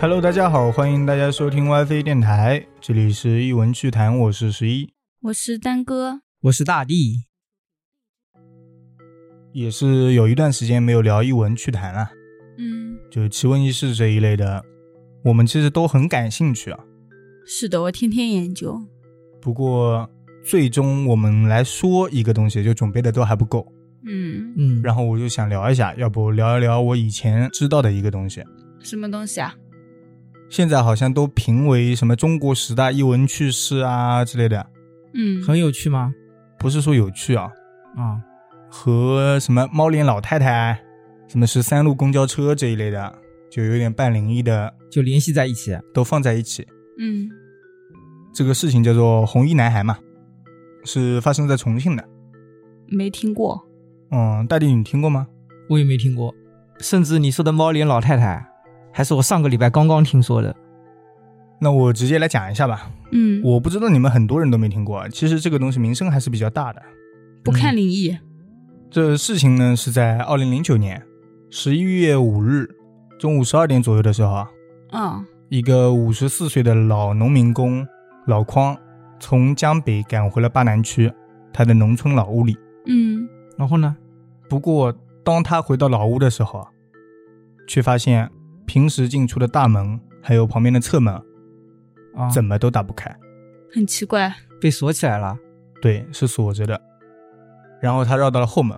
Hello，大家好，欢迎大家收听 WiFi 电台，这里是一文趣谈，我是十一，我是丹哥，我是大地。也是有一段时间没有聊一文趣谈了，嗯，就是奇闻异事这一类的，我们其实都很感兴趣啊。是的，我天天研究。不过最终我们来说一个东西，就准备的都还不够。嗯，嗯，然后我就想聊一下，要不聊一聊我以前知道的一个东西，什么东西啊？现在好像都评为什么中国十大译文趣事啊之类的，嗯，很有趣吗？不是说有趣啊，啊，和什么猫脸老太太、什么十三路公交车这一类的，就有点半灵异的，就联系在一起。都放在一起。嗯这个事情叫做红衣男孩嘛，是发生在重庆的。没听过。嗯，大弟你听过吗？我也没听过。甚至你说的猫脸老太太，还是我上个礼拜刚刚听说的。那我直接来讲一下吧。嗯，我不知道你们很多人都没听过，啊其实这个东西名声还是比较大的。不看灵异。这事情呢是在二零零九年十一月五日中午十二点左右的时候啊，嗯一个五十四岁的老农民工老匡从江北赶回了巴南区他的农村老屋里。嗯然后呢？不过，当他回到老屋的时候啊，却发现平时进出的大门还有旁边的侧门啊，怎么么都打不开，很奇怪。被锁起来了？对，是锁着的。然后他绕到了后门，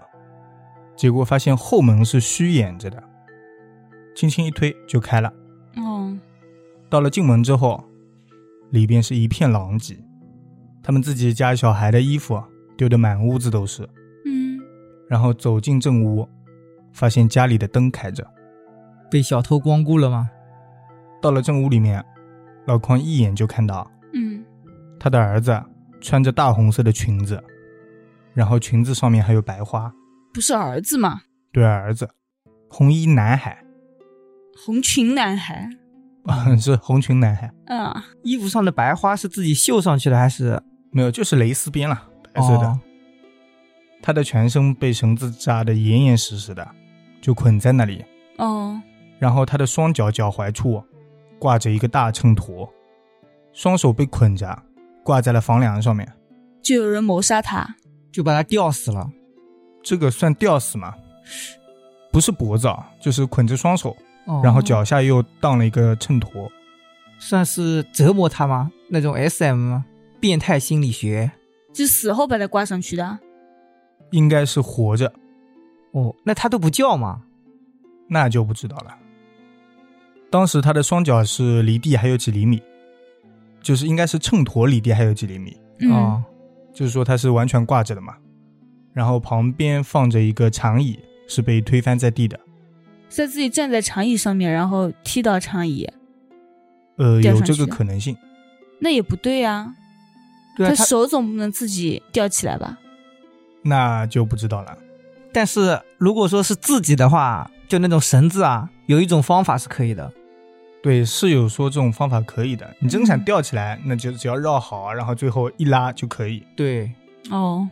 结果发现后门是虚掩着的，轻轻一推就开了。哦，到了进门之后，里边是一片狼藉，他们自己家小孩的衣服啊丢得满屋子都是。嗯，然后走进正屋，发现家里的灯开着。被小偷光顾了吗？到了正屋里面，老匡一眼就看到嗯他的儿子穿着大红色的裙子，然后裙子上面还有白花。不是儿子嘛，对儿子，红衣男孩， 红裙男孩。是红裙男孩，嗯，衣服上的白花是自己绣上去的还是没有，就是蕾丝边了，白色哎的。哦他的全身被绳子扎得严严实实的，就捆在那里。哦，然后他的双脚脚踝处啊挂着一个大秤砣，双手被捆着，啊挂在了房梁上面。就有人谋杀他。就把它吊死了？这个算吊死吗？不是脖子啊，就是捆着双手，哦然后脚下又当了一个秤砣。算是折磨他吗？那种 SM 吗变态心理学？就死后把他挂上去的，应该是活着，哦，那他都不叫吗？那就不知道了。当时他的双脚是离地还有几厘米，就是应该是秤砣离地还有几厘米，嗯、哦，就是说他是完全挂着的嘛。然后旁边放着一个长椅，是被推翻在地的。在自己站在长椅上面，然后踢到长椅，呃，吊有上这去个的可能性。那也不对啊。对啊，他他手总不能自己吊起来吧？那就不知道了。但是如果说是自己的话，就那种绳子啊，有一种方法是可以的。对，是有说这种方法可以的。你真嗯想吊起来，那就只要绕好，啊然后最后一拉就可以。对，哦，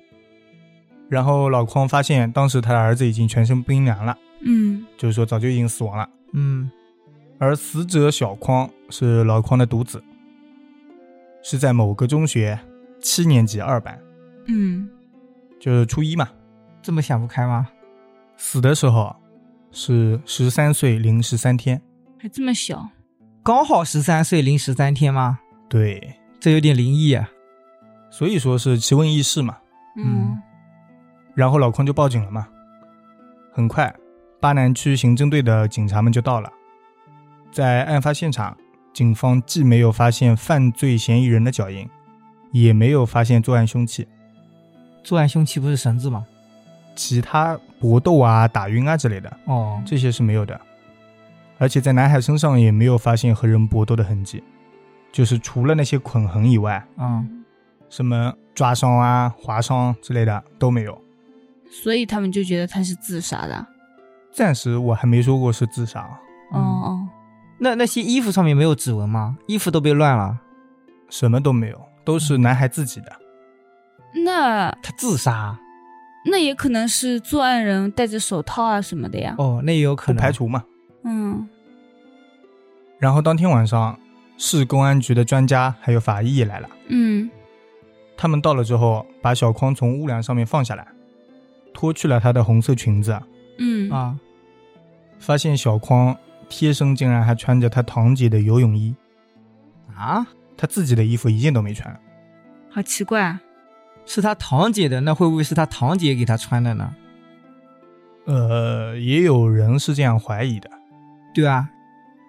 然后老匡发现，当时他的儿子已经全身冰凉了，嗯就是说早就已经死亡了。嗯，而死者小匡是老匡的独子，是在某个中学七年级二班，嗯，就是初一嘛。这么想不开吗？死的时候是十三岁零十三天。还这么小，刚好十三岁零十三天吗？对，这有点灵异啊。所以说是奇闻异事嘛。嗯嗯然后老匡就报警了嘛。很快，巴南区刑侦队的警察们就到了。在案发现场，警方既没有发现犯罪嫌疑人的脚印，也没有发现作案凶器，作案凶器不是绳子吗？其他搏斗啊、打晕啊之类的哦，这些是没有的。而且在男孩身上也没有发现和人搏斗的痕迹，就是除了那些捆痕以外，嗯啊、什么抓伤啊、划伤之类的都没有。所以他们就觉得他是自杀的。暂时我还没说过是自杀啊，哦哦，那那些衣服上面没有指纹吗？衣服都被乱了，什么都没有，都是男孩自己的。那他自杀？那也可能是作案人哦戴着手套啊什么的呀。哦，那也有可不能。排除嘛。嗯然后当天晚上，市公安局的专家还有法医也来了。嗯他们到了之后，把小匡从屋梁上面放下来，脱去了她的红色裙子，嗯啊，发现小匡贴身竟然还穿着她堂姐的游泳衣，啊，她自己的衣服一件都没穿。好奇怪啊。是他堂姐的，那会不会是他堂姐给他穿的呢？呃，也有人是这样怀疑的。对啊，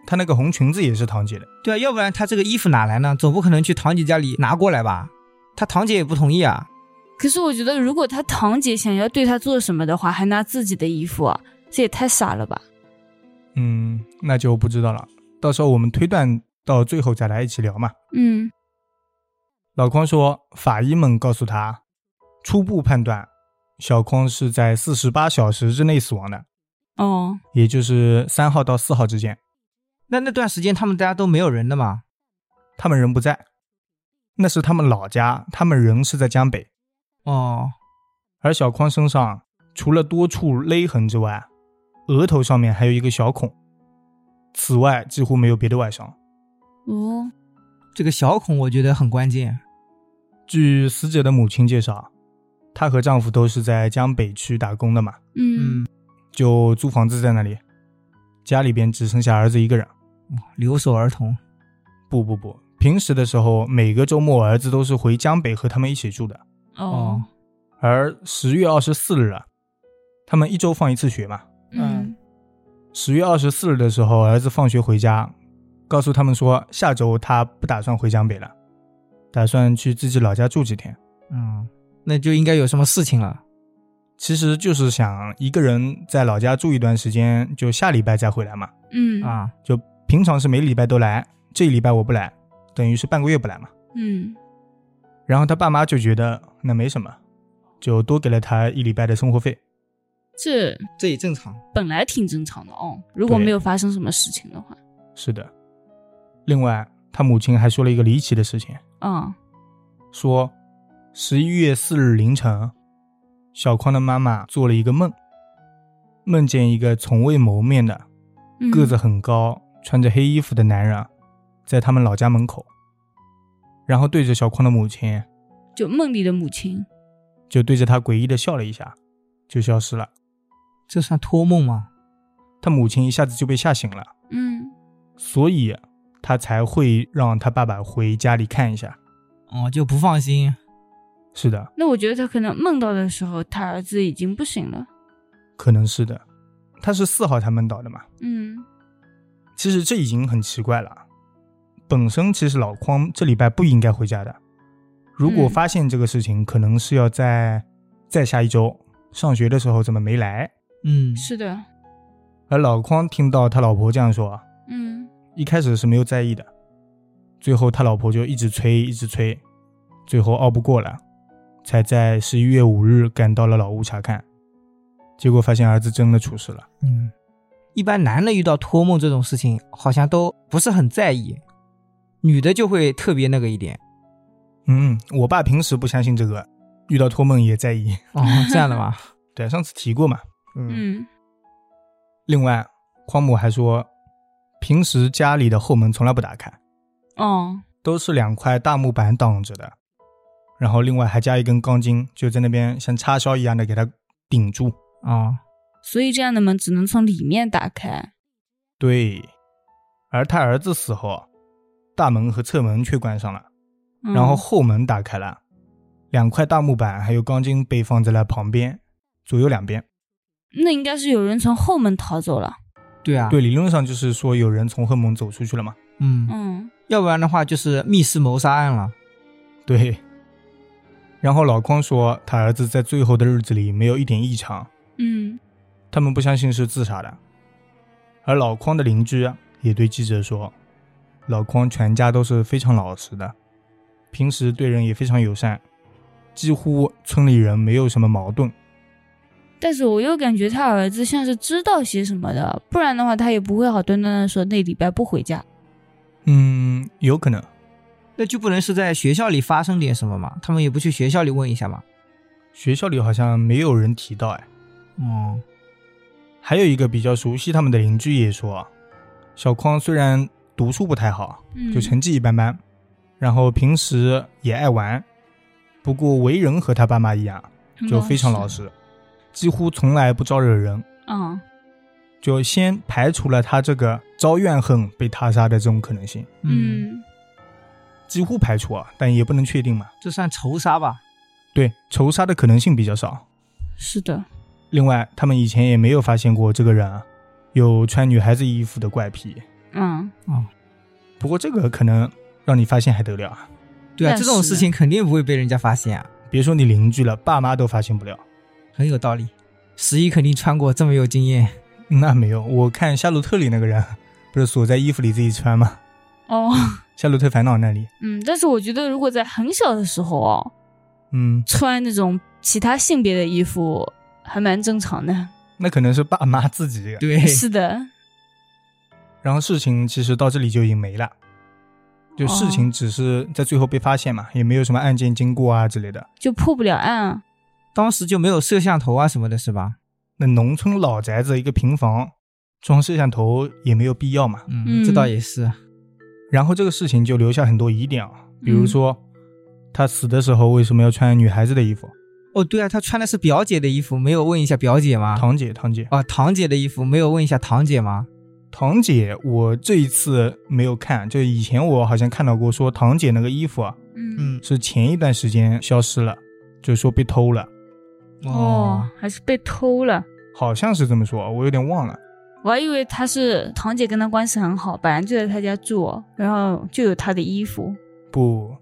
她那个红裙子也是堂姐的，对啊，要不然他这个衣服哪来呢？总不可能去堂姐家里拿过来吧？他堂姐也不同意啊。可是我觉得，如果他堂姐想要对他做什么的话，还拿自己的衣服、啊，这也太傻了吧？嗯，那就不知道了。到时候我们推断到最后再来一起聊嘛。嗯老匡说，法医们告诉他，初步判断小匡是在四十八小时之内死亡的，哦，也就是三号到四号之间。那那段时间他们大家都没有人的嘛？他们人不在，那是他们老家，他们人是在江北。哦，而小匡身上除了多处勒痕之外，额头上面还有一个小孔，此外几乎没有别的外伤。哦，这个小孔我觉得很关键。据死者的母亲介绍，她和丈夫都是在江北区打工的嘛，嗯，就租房子在那里，家里边只剩下儿子一个人。嗯留守儿童，不不不，平时的时候每个周末儿子都是回江北和他们一起住的。哦，而十月二十四日啊，他们一周放一次学嘛，嗯，十月二十四日的时候，儿子放学回家，告诉他们说，下周他不打算回江北了，打算去自己老家住几天，嗯，那就应该有什么事情了。其实就是想一个人在老家住一段时间，就下礼拜再回来嘛。嗯，啊，就平常是每礼拜都来，这礼拜我不来，等于是半个月不来嘛。嗯，然后他爸妈就觉得那没什么，就多给了他一礼拜的生活费。这这也正常。本来挺正常的哦。如果对没有发生什么事情的话，是的。另外，他母亲还说了一个离奇的事情。啊，说，十一月四日凌晨，小匡的妈妈做了一个梦，梦见一个从未谋面的、嗯个子很高、穿着黑衣服的男人，在他们老家门口，然后对着小匡的母亲，就梦里的母亲，就对着他诡异的笑了一下，就消失了。这算托梦吗？他母亲一下子就被吓醒了，嗯，所以他才会让他爸爸回家里看一下。哦，就不放心。是的，那我觉得他可能梦到的时候，他儿子已经不行了。可能是的。他是四号他们倒的嘛？嗯其实这已经很奇怪了。本身其实老匡这礼拜不应该回家的，如果嗯发现这个事情，可能是要在再下一周上学的时候怎么没来。嗯，，是的，而老匡听到他老婆这样说，嗯一开始是没有在意的，最后他老婆就一直催，一直催，最后拗不过了，才在十一月五日赶到了老屋查看，结果发现儿子真的出事了。嗯，一般男的遇到托梦这种事情，好像都不是很在意，女的就会特别那个一点。嗯，我爸平时不相信这个，遇到托梦也在意。哦，这样的 吗？对，上次提过嘛。嗯另外，匡母还说，平时家里的后门从来不打开，哦，都是两块大木板挡着的，然后另外还加一根钢筋，就在那边像插销一样的给它顶住。哦，所以这样的门只能从里面打开。对，而他儿子死后，大门和侧门却关上了，嗯然后后门打开了，两块大木板还有钢筋被放在了旁边，左右两边。那应该是有人从后门逃走了。对啊，对，，理论上就是说有人从后门走出去了嘛。嗯，嗯要不然的话就是密室谋杀案了。对。然后老匡说，他儿子在最后的日子里没有一点异常，嗯他们不相信是自杀的。而老匡的邻居啊也对记者说，老匡全家都是非常老实的，平时对人也非常友善，几乎村里人没有什么矛盾。，但是我又感觉他儿子像是知道些什么的，不然的话他也不会好端端的说那礼拜不回家。嗯，有可能。那就不能是在学校里发生点什么嘛？他们也不去学校里问一下嘛？学校里好像没有人提到哎。哦，还有一个比较熟悉他们的邻居也说，小匡虽然读书不太好，嗯就成绩一般般，然后平时也爱玩，不过为人和他爸妈一样，嗯就非常老，实，几乎从来不招惹人。很嗯，就先排除了他这个遭怨恨被他杀的这种可能性，嗯，几乎排除啊，但也不能确定嘛。这算仇杀吧？对，仇杀的可能性比较少。是的，另外，他们以前也没有发现过这个人啊有穿女孩子衣服的怪癖。嗯，不过这个可能让你发现还得了啊！对啊，但这种是事情肯定不会被人家发现啊，别说你邻居了，爸妈都发现不了。很有道理。十一肯定穿过，这么有经验。那没有，我看夏洛特里那个人不是锁在衣服里自己穿吗？哦，夏洛特烦恼那里，嗯，但是我觉得如果在很小的时候哦，嗯，穿那种其他性别的衣服还蛮正常的。那可能是爸妈自己。对，是的，然后事情其实到这里就已经没了，就事哦情只是在最后被发现嘛，也没有什么案件经过啊之类的。就破不了案啊。当时就没有摄像头啊什么的，是吧？那农村老宅子一个平房，装摄像头也没有必要嘛。嗯这倒也是。然后这个事情就留下很多疑点啊，比如说、他死的时候为什么要穿女孩子的衣服？哦，对啊，他穿的是表姐的衣服，没有问一下表姐吗？堂姐，堂姐，啊，堂姐的衣服没有问一下堂姐吗？堂姐，我这一次没有看，就以前我好像看到过，说堂姐那个衣服啊嗯，是前一段时间消失了，就说被偷了，哦，还是被偷了。好像是这么说，我有点忘了。我还以为他是堂姐跟他关系很好，本来就在他家住，然后就有他的衣服。不，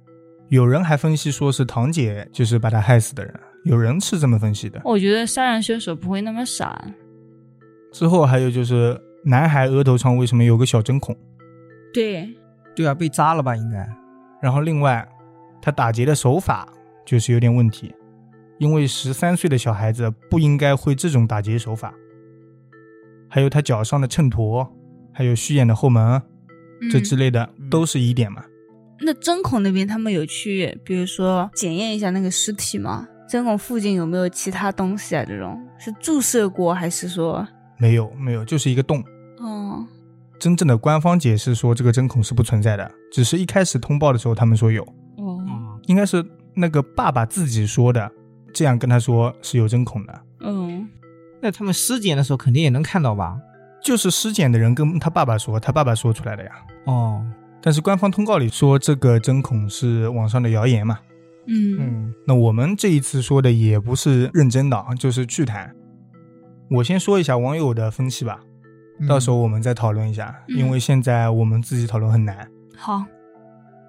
有人还分析说是堂姐就是把他害死的人，有人是这么分析的。我觉得杀人凶手不会那么傻。之后还有就是男孩额头上为什么有个小针孔？对，对啊，被扎了吧？应该。然后另外，他打劫的手法就是有点问题，因为十三岁的小孩子不应该会这种打劫手法。还有他脚上的秤砣，还有虚掩的后门，这之嗯、类的、都是疑点嘛。那针孔那边他们有去，比如说检验一下那个尸体吗？针孔附近有没有其他东西啊？这种是注射过还是说？没有，没有，就是一个洞。哦，真正的官方解释说这个针孔是不存在的，只是一开始通报的时候他们说有，哦，嗯应该是那个爸爸自己说的，这样跟他说是有针孔的。嗯，那他们尸检的时候肯定也能看到吧？就是尸检的人跟他爸爸说，他爸爸说出来的呀。哦，但是官方通告里说这个针孔是网上的谣言嘛？嗯，嗯，那我们这一次说的也不是认真的啊，就是趣谈。我先说一下网友的分析吧，嗯嗯到时候我们再讨论一下，嗯因为现在我们自己讨论很难。好，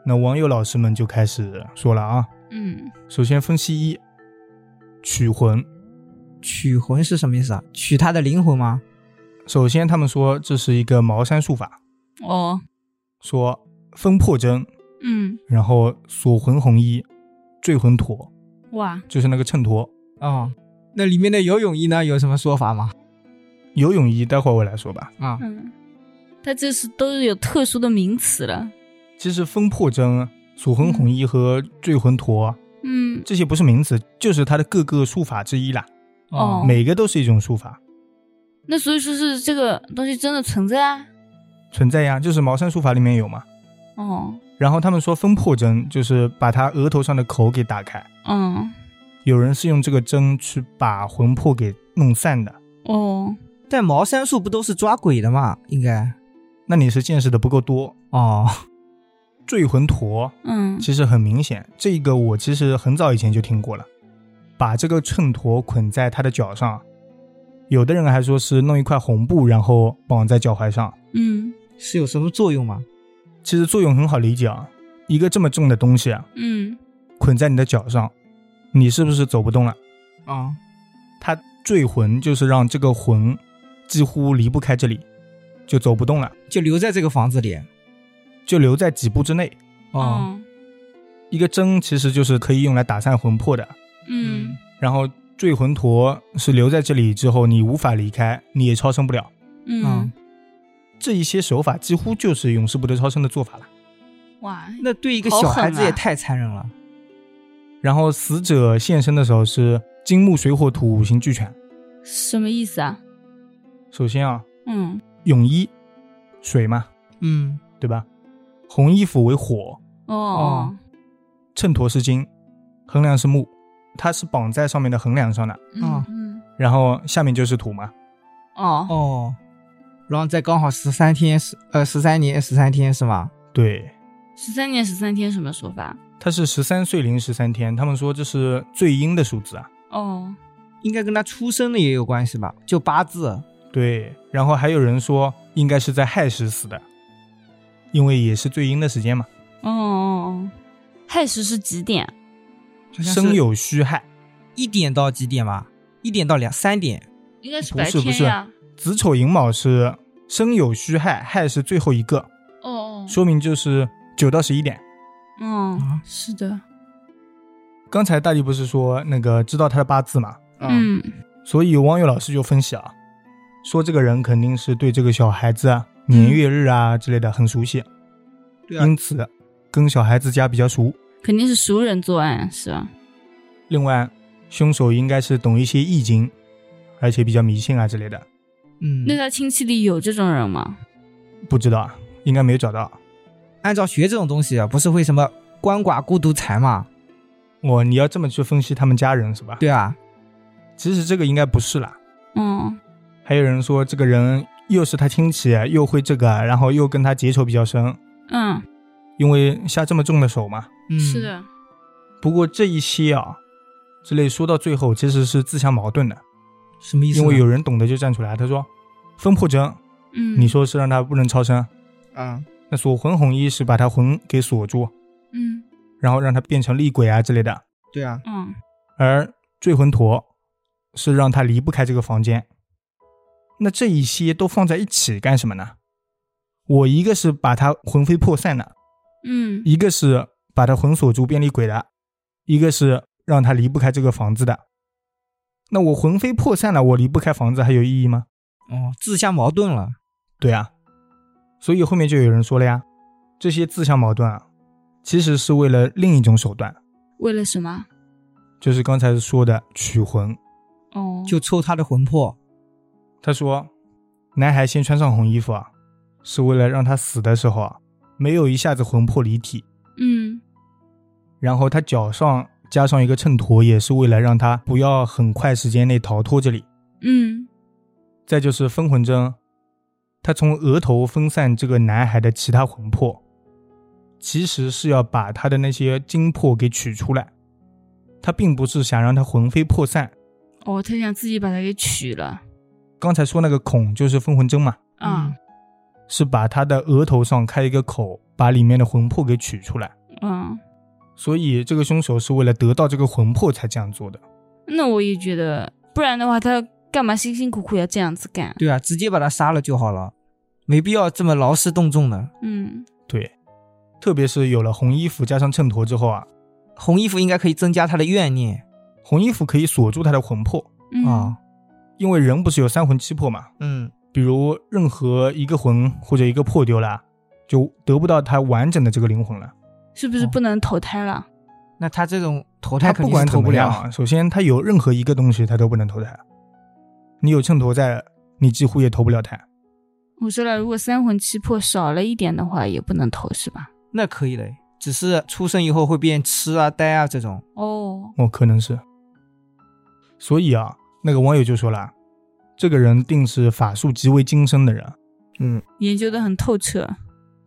那网友老师们就开始说了啊，嗯，首先分析一，取魂。取魂是什么意思啊？取他的灵魂吗？首先他们说这是一个茅山术法，哦，说分破针，嗯，然后锁魂红衣，坠魂陀，哇，就是那个秤砣。哦，那里面的游泳衣呢？有什么说法吗？游泳衣待会儿我来说吧。啊，嗯，他这是都是有特殊的名词了。其实分破针、锁魂红衣和坠魂陀嗯，这些不是名词，就是它的各个术法之一啦。哦，每个都是一种术法那所以说是这个东西真的存在啊？存在呀，就是茅山术法里面有嘛。哦，然后他们说分破针就是把他额头上的口给打开，嗯，有人是用这个针去把魂魄给弄散的。哦，但茅山术不都是抓鬼的吗？应该。那你是见识的不够多。哦，坠魂陀嗯，其实很明显，这个我其实很早以前就听过了，把这个秤砣捆在他的脚上，有的人还说是弄一块红布然后绑在脚踝上，嗯，是有什么作用吗？其实作用很好理解啊，一个这么重的东西啊，嗯，捆在你的脚上，你是不是走不动了？啊，它坠魂就是让这个魂几乎离不开这里，就走不动了，就留在这个房子里。就留在几步之内。哦，哦，一个针其实就是可以用来打散魂魄的，嗯，然后坠魂陀是留在这里之后，你无法离开，你也超生不了。嗯，这一些手法几乎就是永世不得超生的做法了。哇，那对一个好小狠孩子也啊太残忍了。然后死者现身的时候是金木水火土五行俱全。什么意思啊？首先啊，嗯，泳衣，水嘛，嗯，对吧？红衣服为火，哦，秤砣是金，横梁是木，它是绑在上面的横梁上的，嗯嗯，然后下面就是土嘛。哦，哦，然后再刚好十三天是呃十三年十三天是吗？对，十三年十三天什么说法？它是十三岁零十三天，他们说这是最阴的数字啊。哦，应该跟他出生的也有关系吧？就八字对，然后还有人说应该是在亥时死的，因为也是最阴的时间嘛，哦哦，亥时是几点？啊生有戌亥，一点到几点吧？一点到两三点，应该是不白是不天是呀。子丑寅卯是生有戌亥，亥是最后一个，哦哦，说明就是九到十一点。嗯，啊是的，刚才大力不是说那个知道他的八字嘛，啊嗯所以网友老师就分析啊，说这个人肯定是对这个小孩子啊年月日啊之类的很熟悉，嗯对啊因此跟小孩子家比较熟。肯定是熟人作案是吧？嗯另外，凶手应该是懂一些易经，而且比较迷信啊之类的，嗯，那他亲戚里有这种人吗？不知道啊，应该没有找到。按照学这种东西啊，不是会什么鳏寡孤独残嘛？我你要这么去分析他们家人是吧？对啊，其实这个应该不是啦。嗯还有人说这个人又是他亲戚，又会这个，然后又跟他结仇比较深，嗯，因为下这么重的手嘛。嗯，是，的，不过这一些啊，之类说到最后其实是自相矛盾的，什么意思呢？因为有人懂得就站出来，他说分破针，嗯，你，说是让他不能超生，啊，那锁魂红衣是把他魂给锁住，嗯然后让他变成厉鬼啊之类的，对啊，嗯而坠魂陀是让他离不开这个房间。那这一些都放在一起干什么呢？我一个是把他魂飞魄散的，嗯一个是把他魂锁住变厉鬼的，一个是让他离不开这个房子的。那我魂飞魄散了，我离不开房子还有意义吗？哦，自相矛盾了，对啊，所以后面就有人说了呀，这些自相矛盾啊，其实是为了另一种手段，为了什么？就是刚才说的取魂。哦，就抽他的魂魄，他说，男孩先穿上红衣服啊，是为了让他死的时候啊，没有一下子魂魄离体，嗯然后他脚上加上一个秤砣，也是为了让他不要很快时间内逃脱这里。嗯再就是分魂针，他从额头分散这个男孩的其他魂魄，其实是要把他的那些精魄给取出来。他并不是想让他魂飞魄散。哦，他想自己把他给取了刚才说那个孔就是分魂针嘛，啊是把他的额头上开一个口，把里面的魂魄给取出来。嗯，所以这个凶手是为了得到这个魂魄才这样做的。那我也觉得，不然的话他干嘛辛辛苦苦要这样子干？对啊，直接把他杀了就好了，没必要这么劳师动众的。嗯对，特别是有了红衣服加上秤砣之后啊，红衣服应该可以增加他的怨念红衣服可以锁住他的魂魄，嗯啊，因为人不是有三魂七魄嘛，嗯，比如任何一个魂或者一个魄丢了，啊就得不到他完整的这个灵魂了。是不是哦不能投胎了？那他这种投胎他肯不定是管投怎不么样了。啊，首先他有任何一个东西他都不能投胎，你有秤砣在，你几乎也投不了胎。我说了，如果三魂七魄少了一点的话，也不能投是吧？那可以的，只是出生以后会变痴啊、呆啊这种。哦，哦，可能是。所以啊，那个网友就说了，这个人定是法术极为精深的人，嗯，研究的很透彻。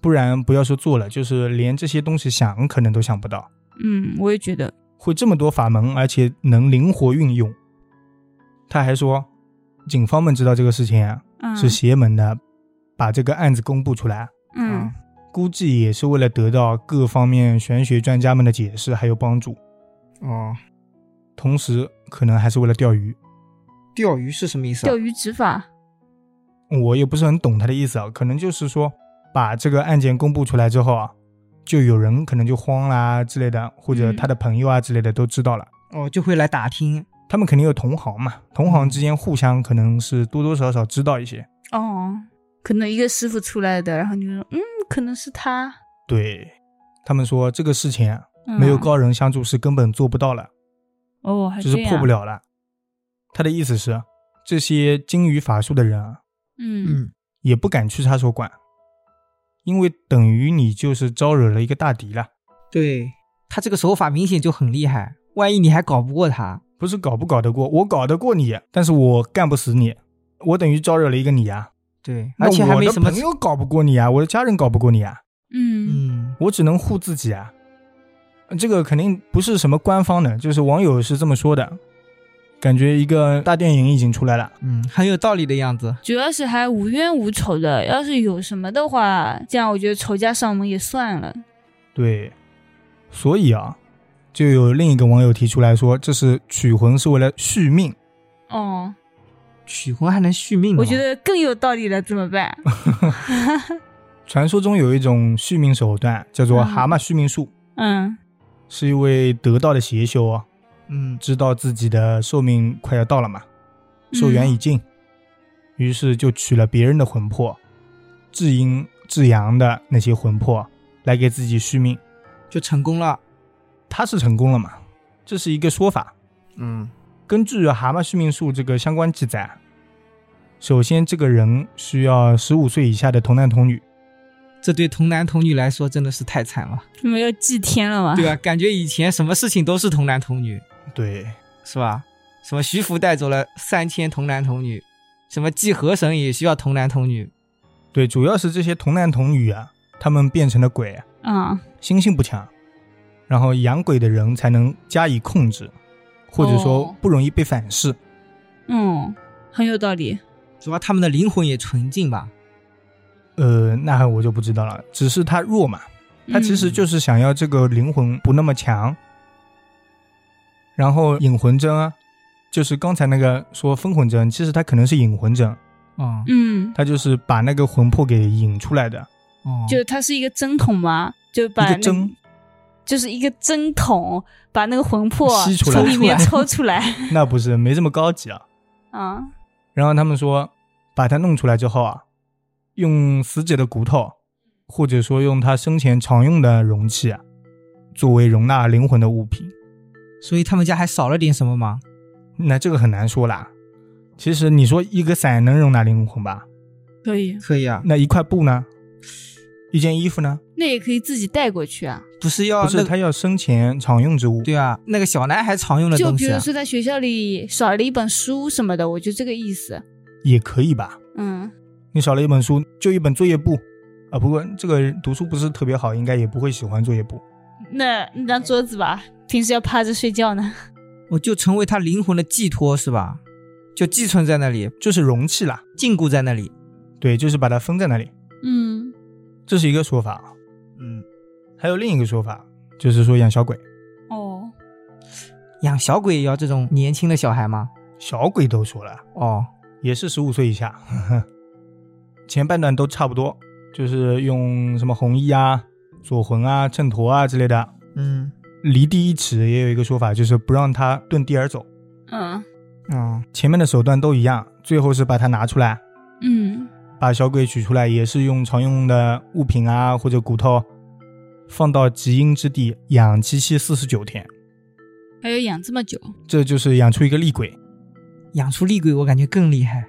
不然不要说做了，就是连这些东西想可能都想不到，嗯，我也觉得，会这么多法门，而且能灵活运用。他还说，警方们知道这个事情啊，嗯，是邪门的，把这个案子公布出来，嗯估计也是为了得到各方面玄学专家们的解释还有帮助，哦，同时可能还是为了钓鱼。钓鱼是什么意思啊钓？鱼执法。我也不是很懂他的意思啊，可能就是说把这个案件公布出来之后啊，就有人可能就慌啦之类的，或者嗯他的朋友啊之类的都知道了，哦，就会来打听。他们肯定有同行嘛，同嗯行之间互相可能是多多少少知道一些。哦，可能一个师傅出来的，然后你就说，嗯，可能是他。对他们说这个事情啊，嗯、没有高人相助是根本做不到了。哦，还就是这样破不。了了。他的意思是，这些精于法术的人啊，嗯，也不敢去插手管，因为等于你就是招惹了一个大敌了，对他这个手法明显就很厉害，万一你还搞不过他，不是搞不搞得过，我搞得过你，但是我干不死你，我等于招惹了一个你啊，对，那而且还没什么我的朋，友搞不过你啊，我的家人搞不过你啊，嗯，嗯，我只能护自己啊。呃这个肯定不是什么官方的，就是网友是这么说的，感觉一个大电影已经出来了。嗯，很有道理的样子。主要是还无冤无仇的，要是有什么的话，这样我觉得仇家上门也算了。对，所以啊，就有另一个网友提出来说，这是取魂是为了续命。哦，取魂还能续命吗，我觉得更有道理了，怎 么办？传说中有一种续命手段叫做嗯蛤蟆续命术，嗯是一位得道的邪修哦，嗯，知道自己的寿命快要到了嘛，寿元已尽，于是就取了别人的魂魄，至阴至阳的那些魂魄来给自己续命，就成功了。他是成功了嘛？这是一个说法。嗯，根据蛤蟆续命术这个相关记载啊，首先这个人需要十五岁以下的童男童女，这对童男童女来说真的是太惨了，这么要祭天了吗？啊对吧、感觉以前什么事情都是童男童女，对，是吧？什么徐福带走了三千童男童女，什么祭河神也需要童男童女，对，主要是这些童男童女啊，他们变成了鬼啊，啊，心性不强，然后养鬼的人才能加以控制，或者说哦不容易被反噬。嗯，很有道理。主要他们的灵魂也纯净吧？呃，那我就不知道了，只是他弱嘛，他其实嗯就是想要这个灵魂不那么强。然后引魂针啊，就是刚才那个说分魂针，其实它可能是引魂针，哦嗯，它就是把那个魂魄给引出来的哦，就它是一个针筒嘛，就把一那个针，就是一个针筒，把那个魂魄吸出来从里面抽抽出来。那不是没这么高级啊。啊，然后他们说，把它弄出来之后啊，用死者的骨头，或者说用他生前常用的容器啊，作为容纳灵魂的物品。所以他们家还少了点什么吗？那这个很难说啦。其实你说一个伞能容纳灵魂吧？可以，可以啊，那一块布呢？一件衣服呢？那也可以自己带过去啊。不是要不是，那个他要生前常用之物。对啊，那个小男孩常用的就东比西、如啊，说在学校里少了一本书什么的，我就这个意思。也可以吧？嗯，你少了一本书，就一本作业簿啊。不过这个读书不是特别好，应该也不会喜欢作业簿。那那张桌子吧，平时要趴着睡觉呢。我就成为他灵魂的寄托是吧？就寄存在那里，就是容器啦，禁锢在那里。对，就是把它封在那里，嗯，这是一个说法。啊。嗯，还有另一个说法，就是说养小鬼，哦，养小鬼也要这种年轻的小孩吗？小鬼都说了，哦，也是十五岁以下。 呵呵前半段都差不多，就是用什么红衣啊、锁魂啊、秤砣啊之类的。嗯，离地一尺也有一个说法，就是不让他遁地而走。嗯哦，前面的手段都一样，最后是把它拿出来，嗯，把小鬼取出来，也是用常用的物品啊或者骨头，放到极阴之地养七七四十九天，还有养这么久，这就是养出一个厉鬼。养出厉鬼我感觉更厉害。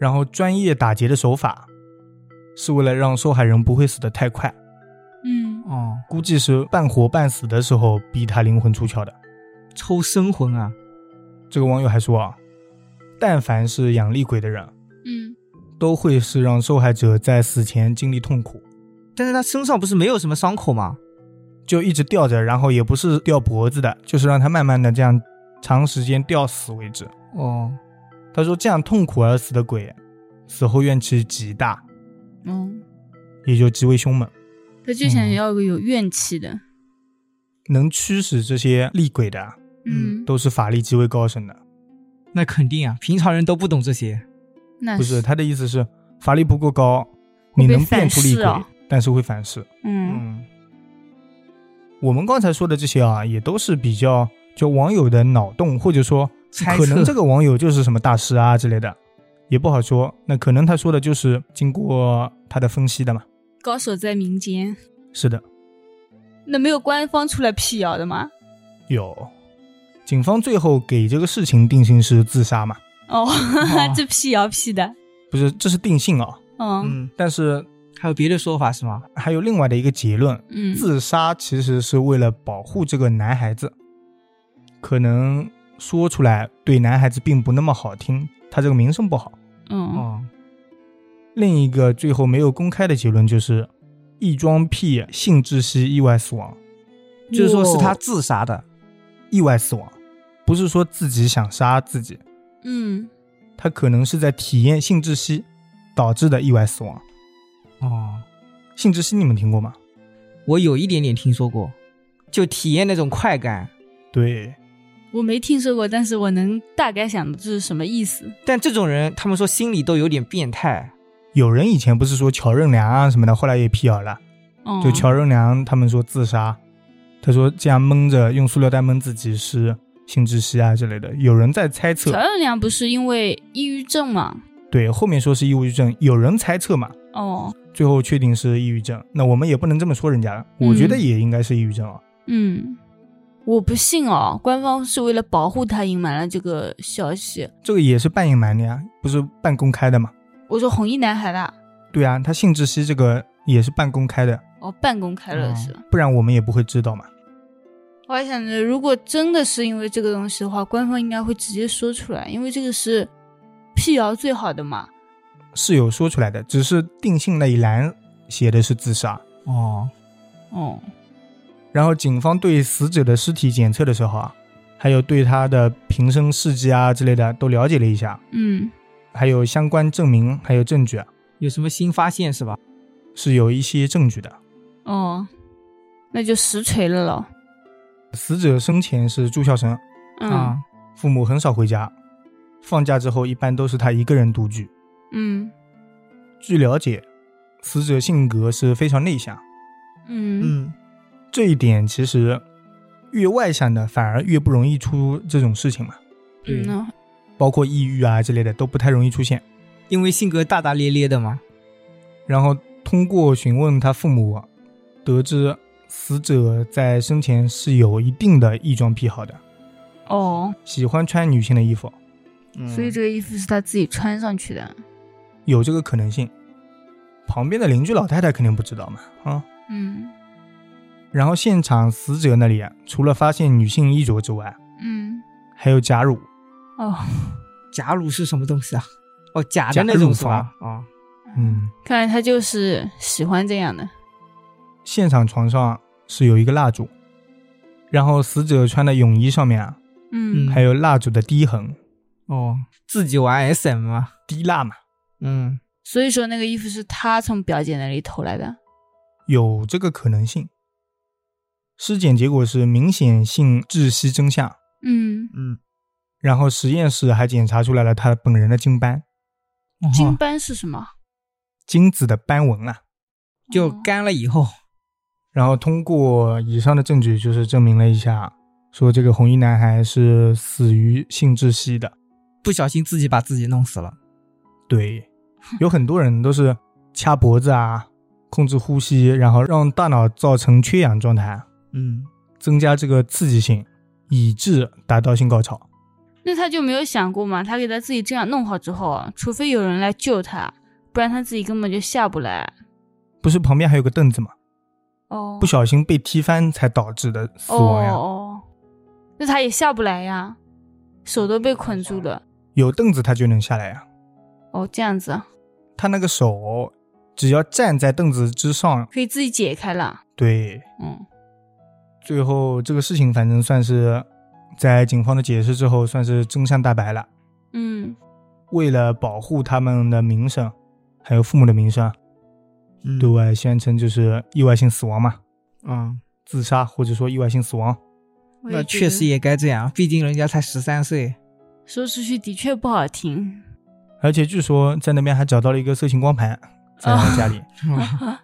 然后专业打劫的手法，是为了让受害人不会死得太快，嗯哦，估计是半活半死的时候逼他灵魂出窍的。抽生魂啊，这个网友还说啊，但凡是养厉鬼的人，嗯，都会是让受害者在死前经历痛苦，但是他身上不是没有什么伤口吗？就一直吊着，然后也不是吊脖子的，就是让他慢慢的这样长时间吊死为止。哦，他说这样痛苦而死的鬼，死后怨气极大，哦，也就极为凶猛，他就想要个有怨气的。能驱使这些厉鬼的啊嗯，都是法力极为高深的。那肯定啊，平常人都不懂这些。 那不是，他的意思是法力不够高，你嗯被能变反出厉噬鬼，哦但是会反噬。嗯嗯，我们刚才说的这些啊，也都是比较就网友的脑洞，或者说猜测可能这个网友就是什么大师啊之类的，也不好说。那可能他说的就是经过他的分析的嘛。高手在民间，是的，那没有官方出来辟谣的吗？有。警方最后给这个事情定性是自杀嘛？ 哦，这辟谣辟的，不是，这是定性啊、嗯嗯，但是还有别的说法是吗？还有另外的一个结论，嗯，自杀其实是为了保护这个男孩子。可能说出来对男孩子并不那么好听，他这个名声不好。嗯哦，另一个最后没有公开的结论就是，异装癖性窒息意外死亡，就是说是他哇自杀的。意外死亡，不是说自己想杀自己，嗯，他可能是在体验性窒息导致的意外死亡。哦，性窒息你们听过吗？我有一点点听说过，就体验那种快感，对，我没听说过，但是我能大概想的是什么意思。但这种人他们说心里都有点变态。有人以前不是说乔任梁啊什么的，后来也辟谣了，哦，就乔任梁他们说自杀，他说这样闷着用塑料袋闷自己是性窒息啊之类的。有人在猜乔测，任梁不是因为抑郁症嘛？对，后面说是抑郁症，有人猜测嘛，哦，最后确定是抑郁症。那我们也不能这么说人家了，嗯我觉得也应该是抑郁症啊。嗯，我不信哦，官方是为了保护他隐瞒了这个消息。这个也是半隐瞒的呀，不是半公开的嘛？我说红衣男孩啦，对啊，他性窒息这个也是半公开的，哦，半公开了哦是吧？不然我们也不会知道嘛。我还想着，如果真的是因为这个东西的话，官方应该会直接说出来，因为这个是辟谣最好的嘛。是有说出来的，只是定性那一栏写的是自杀。哦，哦，然后警方对死者的尸体检测的时候啊，还有对他的平生事迹啊之类的都了解了一下，嗯，还有相关证明还有证据啊，有什么新发现是吧？是有一些证据的。哦，那就实锤了咯。死者生前是住校生，嗯、啊，父母很少回家，放假之后一般都是他一个人独居。嗯据了解，死者性格是非常内向，嗯嗯，这一点其实越外向的反而越不容易出这种事情嘛，对那包括抑郁啊之类的都不太容易出现。因为性格大大咧咧的嘛。然后通过询问他父母，得知死者在生前是有一定的异装癖好的，哦，喜欢穿女性的衣服，所以这个衣服是他自己穿上去的。有这个可能性。旁边的邻居老太太肯定不知道嘛，啊。嗯然后现场死者那里啊，除了发现女性衣着之外，嗯，还有假乳，哦，假乳是什么东西啊？哦，假的那种是吧？啊，嗯，看来他就是喜欢这样的。现场床上是有一个蜡烛，然后死者穿的泳衣上面啊，嗯嗯还有蜡烛的滴痕，哦，自己玩 SM 嘛。滴蜡嘛，嗯，所以说那个衣服是他从表姐那里偷来的。有这个可能性。尸检结果是明显性窒息征象，嗯，嗯，然后实验室还检查出来了他本人的精斑、金哦、斑是什么？精子的斑纹啊。就哦干了以后，然后通过以上的证据，就是证明了一下，说这个红衣男孩是死于性窒息的。不小心自己把自己弄死了。对，有很多人都是掐脖子啊，控制呼吸，然后让大脑造成缺氧状态，嗯，增加这个刺激性，以致达到性高潮。那他就没有想过嘛？他给他自己这样弄好之后啊，除非有人来救他，不然他自己根本就下不来。不是旁边还有个凳子吗？哦不小心被踢翻才导致的死哦亡呀。哦，那他也下不来呀，手都被捆住了。有凳子他就能下来呀、哦，这样子啊他那个手只要站在凳子之上，可以自己解开了。对，嗯最后这个事情反正算是在警方的解释之后，算是真相大白了。嗯为了保护他们的名声，还有父母的名声，啊嗯对外宣称就是意外性死亡嘛，嗯，自杀或者说意外性死亡。我那也觉确得实也该这样，毕竟人家才十三岁。说出去的确不好听。而且据说在那边还找到了一个色情光盘，在啊家里、嗯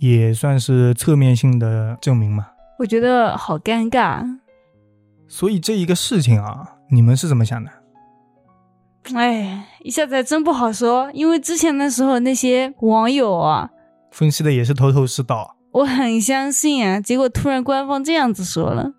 也算是侧面性的证明嘛。我觉得好尴尬。所以这一个事情啊，你们是怎么想的？哎，一下子还真不好说，因为之前的时候那些网友啊，分析的也是头头是道。啊我很相信啊，结果突然官方这样子说了。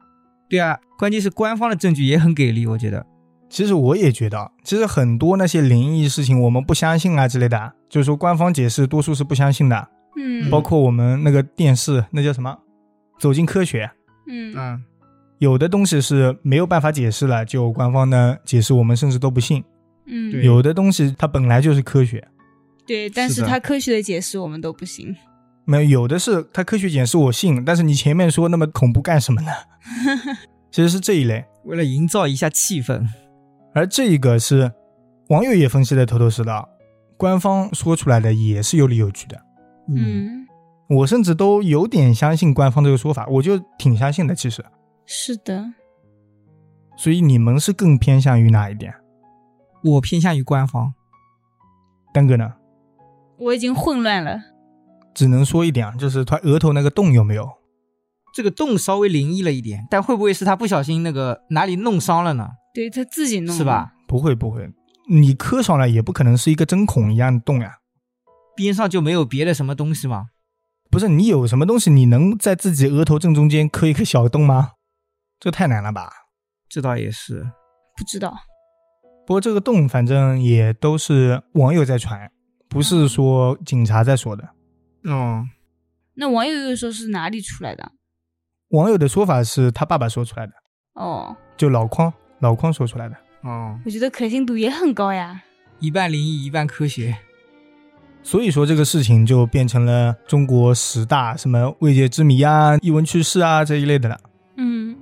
对啊，关键是官方的证据也很给力，我觉得。其实我也觉得，其实啊很多那些灵异事情我们不相信啊之类的，就是说官方解释多数是不相信的。嗯，包括我们那个电视，那叫什么《走进科学》，嗯啊嗯有的东西是没有办法解释了，就官方的解释我们甚至都不信；嗯，对有的东西它本来就是科学，对，但是是的它科学的解释我们都不行。没有有的是它科学解释我信，但是你前面说那么恐怖干什么呢？其实是这一类，为了营造一下气氛，而这一个是网友也分析的头头是道，官方说出来的也是有理有据的。嗯，我甚至都有点相信官方这个说法，我就挺相信的。其实，是的，所以你们是更偏向于哪一点？我偏向于官方。丹哥呢？我已经混乱了。只能说一点啊，就是他额头那个洞有没有？这个洞稍微灵异了一点，但会不会是他不小心那个哪里弄伤了呢？对他自己弄是吧？？不会不会，你磕上了也不可能是一个针孔一样的洞呀、边上就没有别的什么东西吗？不是你有什么东西，你能在自己额头正中间磕一个小洞吗？这太难了吧？这倒也是。不知道。不过这个洞反正也都是网友在传，不是说警察在说的。哦，那网友又说是哪里出来的？网友的说法是他爸爸说出来的，哦，就老匡老匡说出来的。哦，我觉得可信度也很高呀。一半灵异，一半科学。所以说这个事情就变成了中国十大什么未解之谜啊、异闻趣事啊这一类的了。嗯，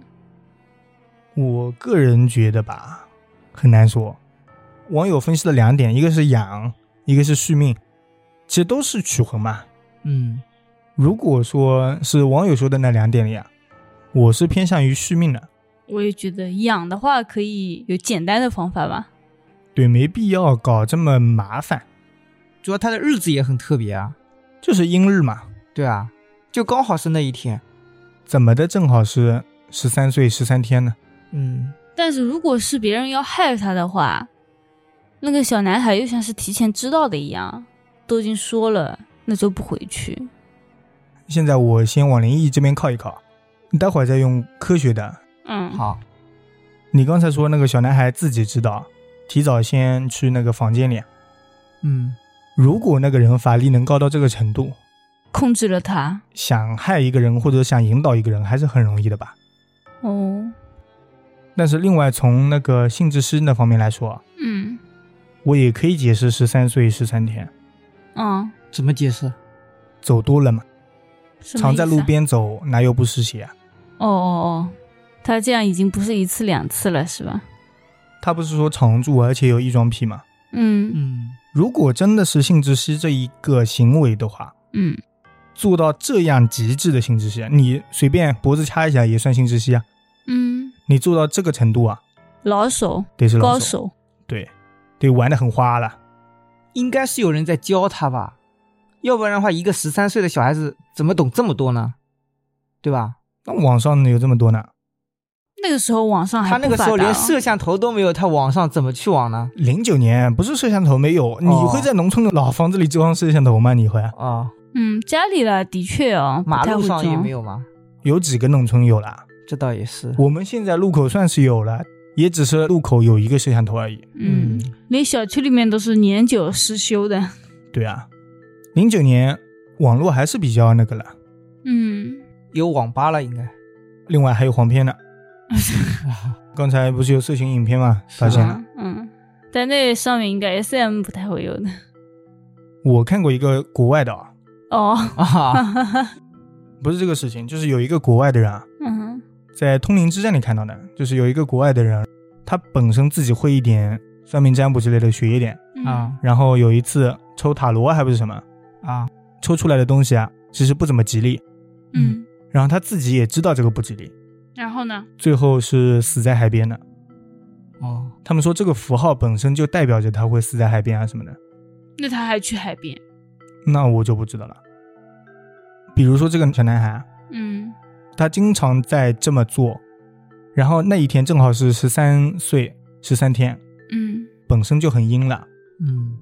我个人觉得吧，很难说。网友分析了两点，一个是养，一个是续命，其实都是取魂嘛。嗯，如果说是网友说的那两点里啊，我是偏向于续命的，我也觉得养的话可以有简单的方法吧。对，没必要搞这么麻烦，主要他的日子也很特别啊。就是阴日嘛，对啊，就刚好是那一天。怎么的正好是十三岁十三天呢？嗯，但是如果是别人要害他的话，那个小男孩又像是提前知道的一样，都已经说了，那就不回去。现在我先往灵异这边靠一靠，你待会儿再用科学的。嗯，好，你刚才说那个小男孩自己知道，提早先去那个房间里。嗯，如果那个人法力能高到这个程度，控制了他。想害一个人或者想引导一个人还是很容易的吧。哦，但是另外从那个性质师那方面来说，嗯，我也可以解释十三岁十三天嗯，怎么解释？走多了嘛，什么常在意思路啊。边走哪有不湿鞋啊？哦哦哦，他这样已经不是一次两次了，是吧？他不是说常住而且有异装癖吗？嗯嗯，如果真的是性质师这一个行为的话，嗯做到这样极致的性窒息，啊你随便脖子掐一下也算性窒息啊。嗯，你做到这个程度啊，老手得是高老手，手，对，得玩的很花了。应该是有人在教他吧，要不然的话，一个十三岁的小孩子怎么懂这么多呢？对吧？那网上有这么多呢，那个时候网上还他那个时候不发达连哦摄像头都没有，他网上怎么去网呢？零九年不是摄像头没有，你会在农村的老房子里装摄像头吗？你会？啊哦，嗯家里了，的确哦，马路上也没有。有吗？有几个农村有啦？这倒也是。我们现在路口算是有了，也只是路口有一个摄像头而已。嗯，连小区里面都是年久失修的。对啊，零九年网络还是比较那个了，嗯，有网吧了，应该另外还有黄片呢。刚才不是有色情影片吗？发现了。啊嗯，但那上面应该 SM 不太会有的。我看过一个国外的啊，哦，啊。不是这个事情，就是有一个国外的人啊，嗯在《通灵之战》里看到的，就是有一个国外的人，他本身自己会一点算命占卜之类的，学一点，嗯啊然后有一次抽塔罗还不是什么，啊，抽出来的东西啊，其实不怎么吉利，嗯，然后他自己也知道这个不吉利，然后呢？最后是死在海边的。哦，他们说这个符号本身就代表着他会死在海边啊什么的，那他还去海边？那我就不知道了。比如说这个小男孩啊，嗯他经常在这么做，然后那一天正好是十三岁十三天，嗯，本身就很阴了，嗯，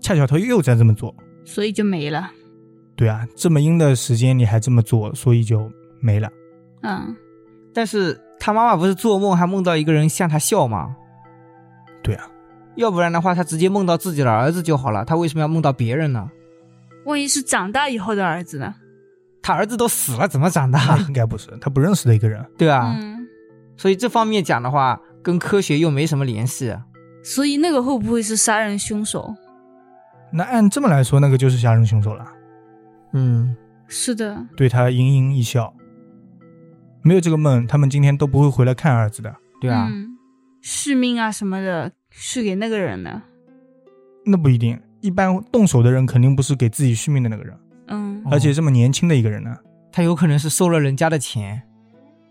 恰巧他又在这么做，所以就没了。对啊，这么阴的时间你还这么做，所以就没了。嗯，但是他妈妈不是做梦还梦到一个人向他笑吗？对啊，要不然的话，他直接梦到自己的儿子就好了，他为什么要梦到别人呢？万一是长大以后的儿子呢？他儿子都死了，怎么长大？应该不是他不认识的一个人。对啊，嗯，所以这方面讲的话，跟科学又没什么联系。所以那个会不会是杀人凶手？那按这么来说，那个就是杀人凶手了。嗯，是的，对他盈盈一笑。没有这个梦，他们今天都不会回来看儿子的。对啊，嗯，续命啊什么的，是给那个人的。那不一定，一般动手的人肯定不是给自己续命的那个人，嗯，而且这么年轻的一个人呢，他有可能是收了人家的钱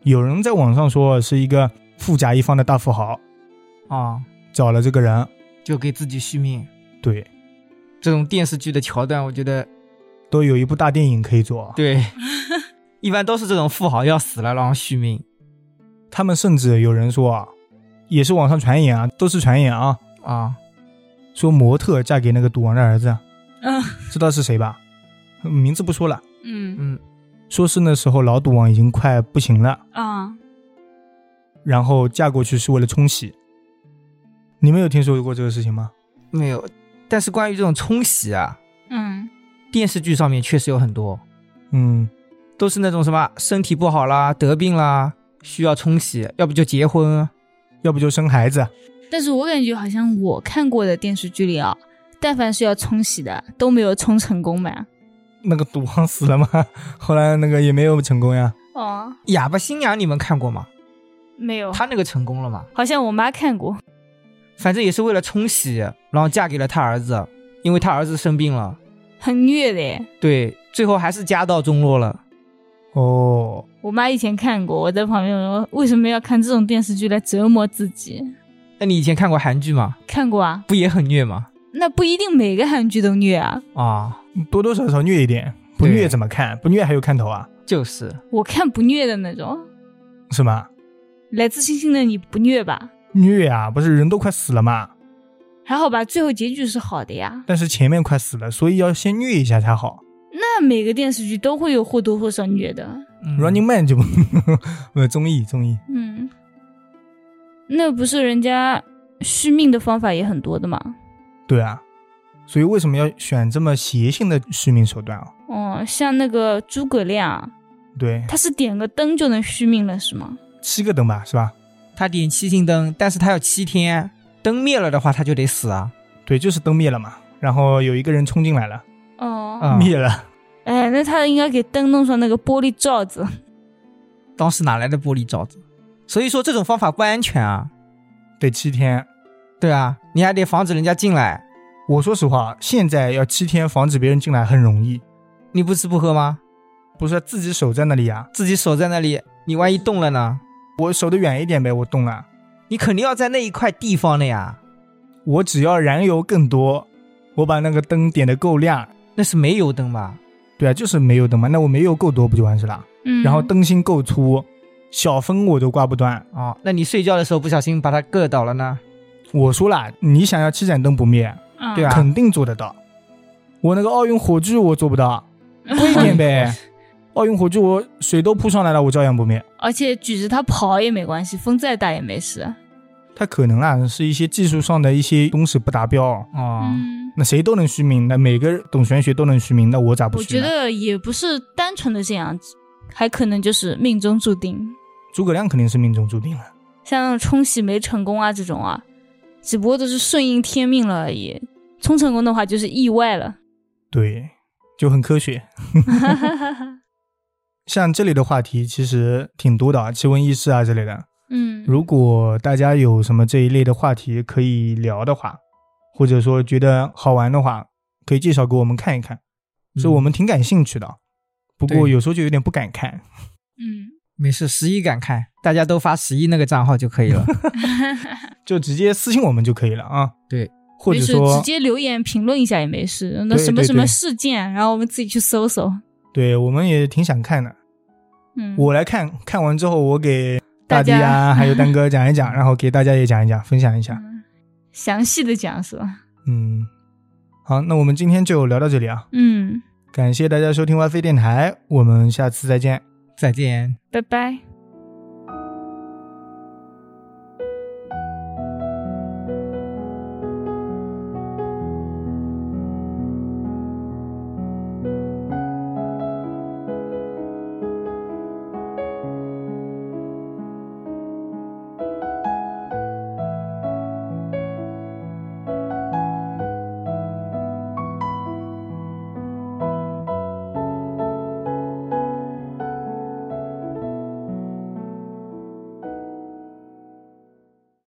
有人在网上说是一个富甲一方的大富豪啊、找了这个人，就给自己续命。对，这种电视剧的桥段，我觉得都有一部大电影可以做。啊 对，一般都是这种富豪要死了然后续命他们甚至有人说啊，也是网上传言啊，都是传言啊，啊。说模特嫁给那个赌王的儿子，啊嗯 知道是谁吧？嗯名字不说了，嗯嗯，说是那时候老赌王已经快不行了，啊，然后嫁过去是为了冲洗。你们有听说过这个事情吗？没有。但是关于这种冲洗啊，嗯电视剧上面确实有很多，嗯，都是那种什么身体不好啦、得病啦，需要冲洗，要不就结婚。要不就生孩子，啊但是我感觉好像我看过的电视剧里啊，但凡是要冲洗的，都没有冲成功吧？那个赌王死了吗？ 后来那个也没有成功呀。哦，哑巴新娘你们看过吗？没有，她那个成功了吗？好像我妈看过。反正也是为了冲洗，然后嫁给了他儿子，因为他儿子生病了。很虐的耶。对，最后还是家道中落了。哦，我妈以前看过，我在旁边说为什么要看这种电视剧来折磨自己？那你以前看过韩剧吗？看过啊，不也很虐吗？那不一定每个韩剧都虐啊。啊，多多少少虐一点，不对虐怎么看？不虐还有看头啊？就是我看不虐的那种，是吗？来自星星的你不虐吧？虐啊，不是人都快死了嘛，还好吧，最后结局是好的呀。但是前面快死了，所以要先虐一下才好。那每个电视剧都会有或多或少虐的，嗯 Running Man 就不， 呃，综艺综艺，嗯，那不是人家续命的方法也很多的嘛？对啊，所以为什么要选这么邪性的续命手段啊？哦，像那个诸葛亮，啊对，他是点个灯就能续命了是吗？七个灯吧，是吧？他点七星灯，但是他要七天，灯灭了的话他就得死啊。对，就是灯灭了嘛，然后有一个人冲进来了，哦，啊灭了，哎，那他应该给灯弄上那个玻璃罩子。当时哪来的玻璃罩子？所以说这种方法不安全啊。得七天。对啊，你还得防止人家进来。我说实话，现在要七天防止别人进来很容易，你不吃不喝吗？不是自己守在那里啊，自己守在那里，你万一动了呢？我守得远一点呗，我动啊了，你肯定要在那一块地方的呀，我只要燃油更多，我把那个灯点得够亮，那是煤油灯吧？对啊，就是煤油灯嘛，那我煤油够多不就完事了？嗯，然后灯芯够粗，小风我都刮不断。啊哦，那你睡觉的时候不小心把它硌倒了呢？我说了，你想要七盏灯不灭，嗯，对啊肯定做得到。我那个奥运火炬我做不到，贵一点呗。奥运火炬我水都扑上来了，我照样不灭。 而且举着它跑也没关系，风再大也没事。它可能啊是一些技术上的一些东西不达标，啊哦，嗯，那谁都能续命，那每个懂玄学都能续命，那我咋不我续觉呢？得也不是单纯的这样子，还可能就是命中注定。诸葛亮肯定是命中注定了。像那种冲洗没成功啊这种啊，只不过都是顺应天命了而已。冲成功的话就是意 外了。对，就很科学。像这类的话题其实挺多的啊，奇闻异事啊之类的。嗯，如果大家有什么这一类的话题可以聊的话，或者说觉得好玩的话，可以介绍给我们看一看，这、嗯我们挺感兴趣的啊。不过对有时候就有点不敢看，嗯，没事，十一敢看，大家都发十一那个账号就可以了。就直接私信我们就可以了啊。对，或者没事说直，接留言评论一下也没事。那对什么对什么对事件，然后我们自己去搜搜。对我们也挺想看的。嗯，我来看看完之后，我给大大地家啊，还有丹 哥讲一讲，然后给大家也讲一讲，分享一下。嗯详细的讲是吧？嗯，好，那我们今天就聊到这里啊，嗯，感谢大家收听 WiFi 电台，我们下次再见。再见。拜拜。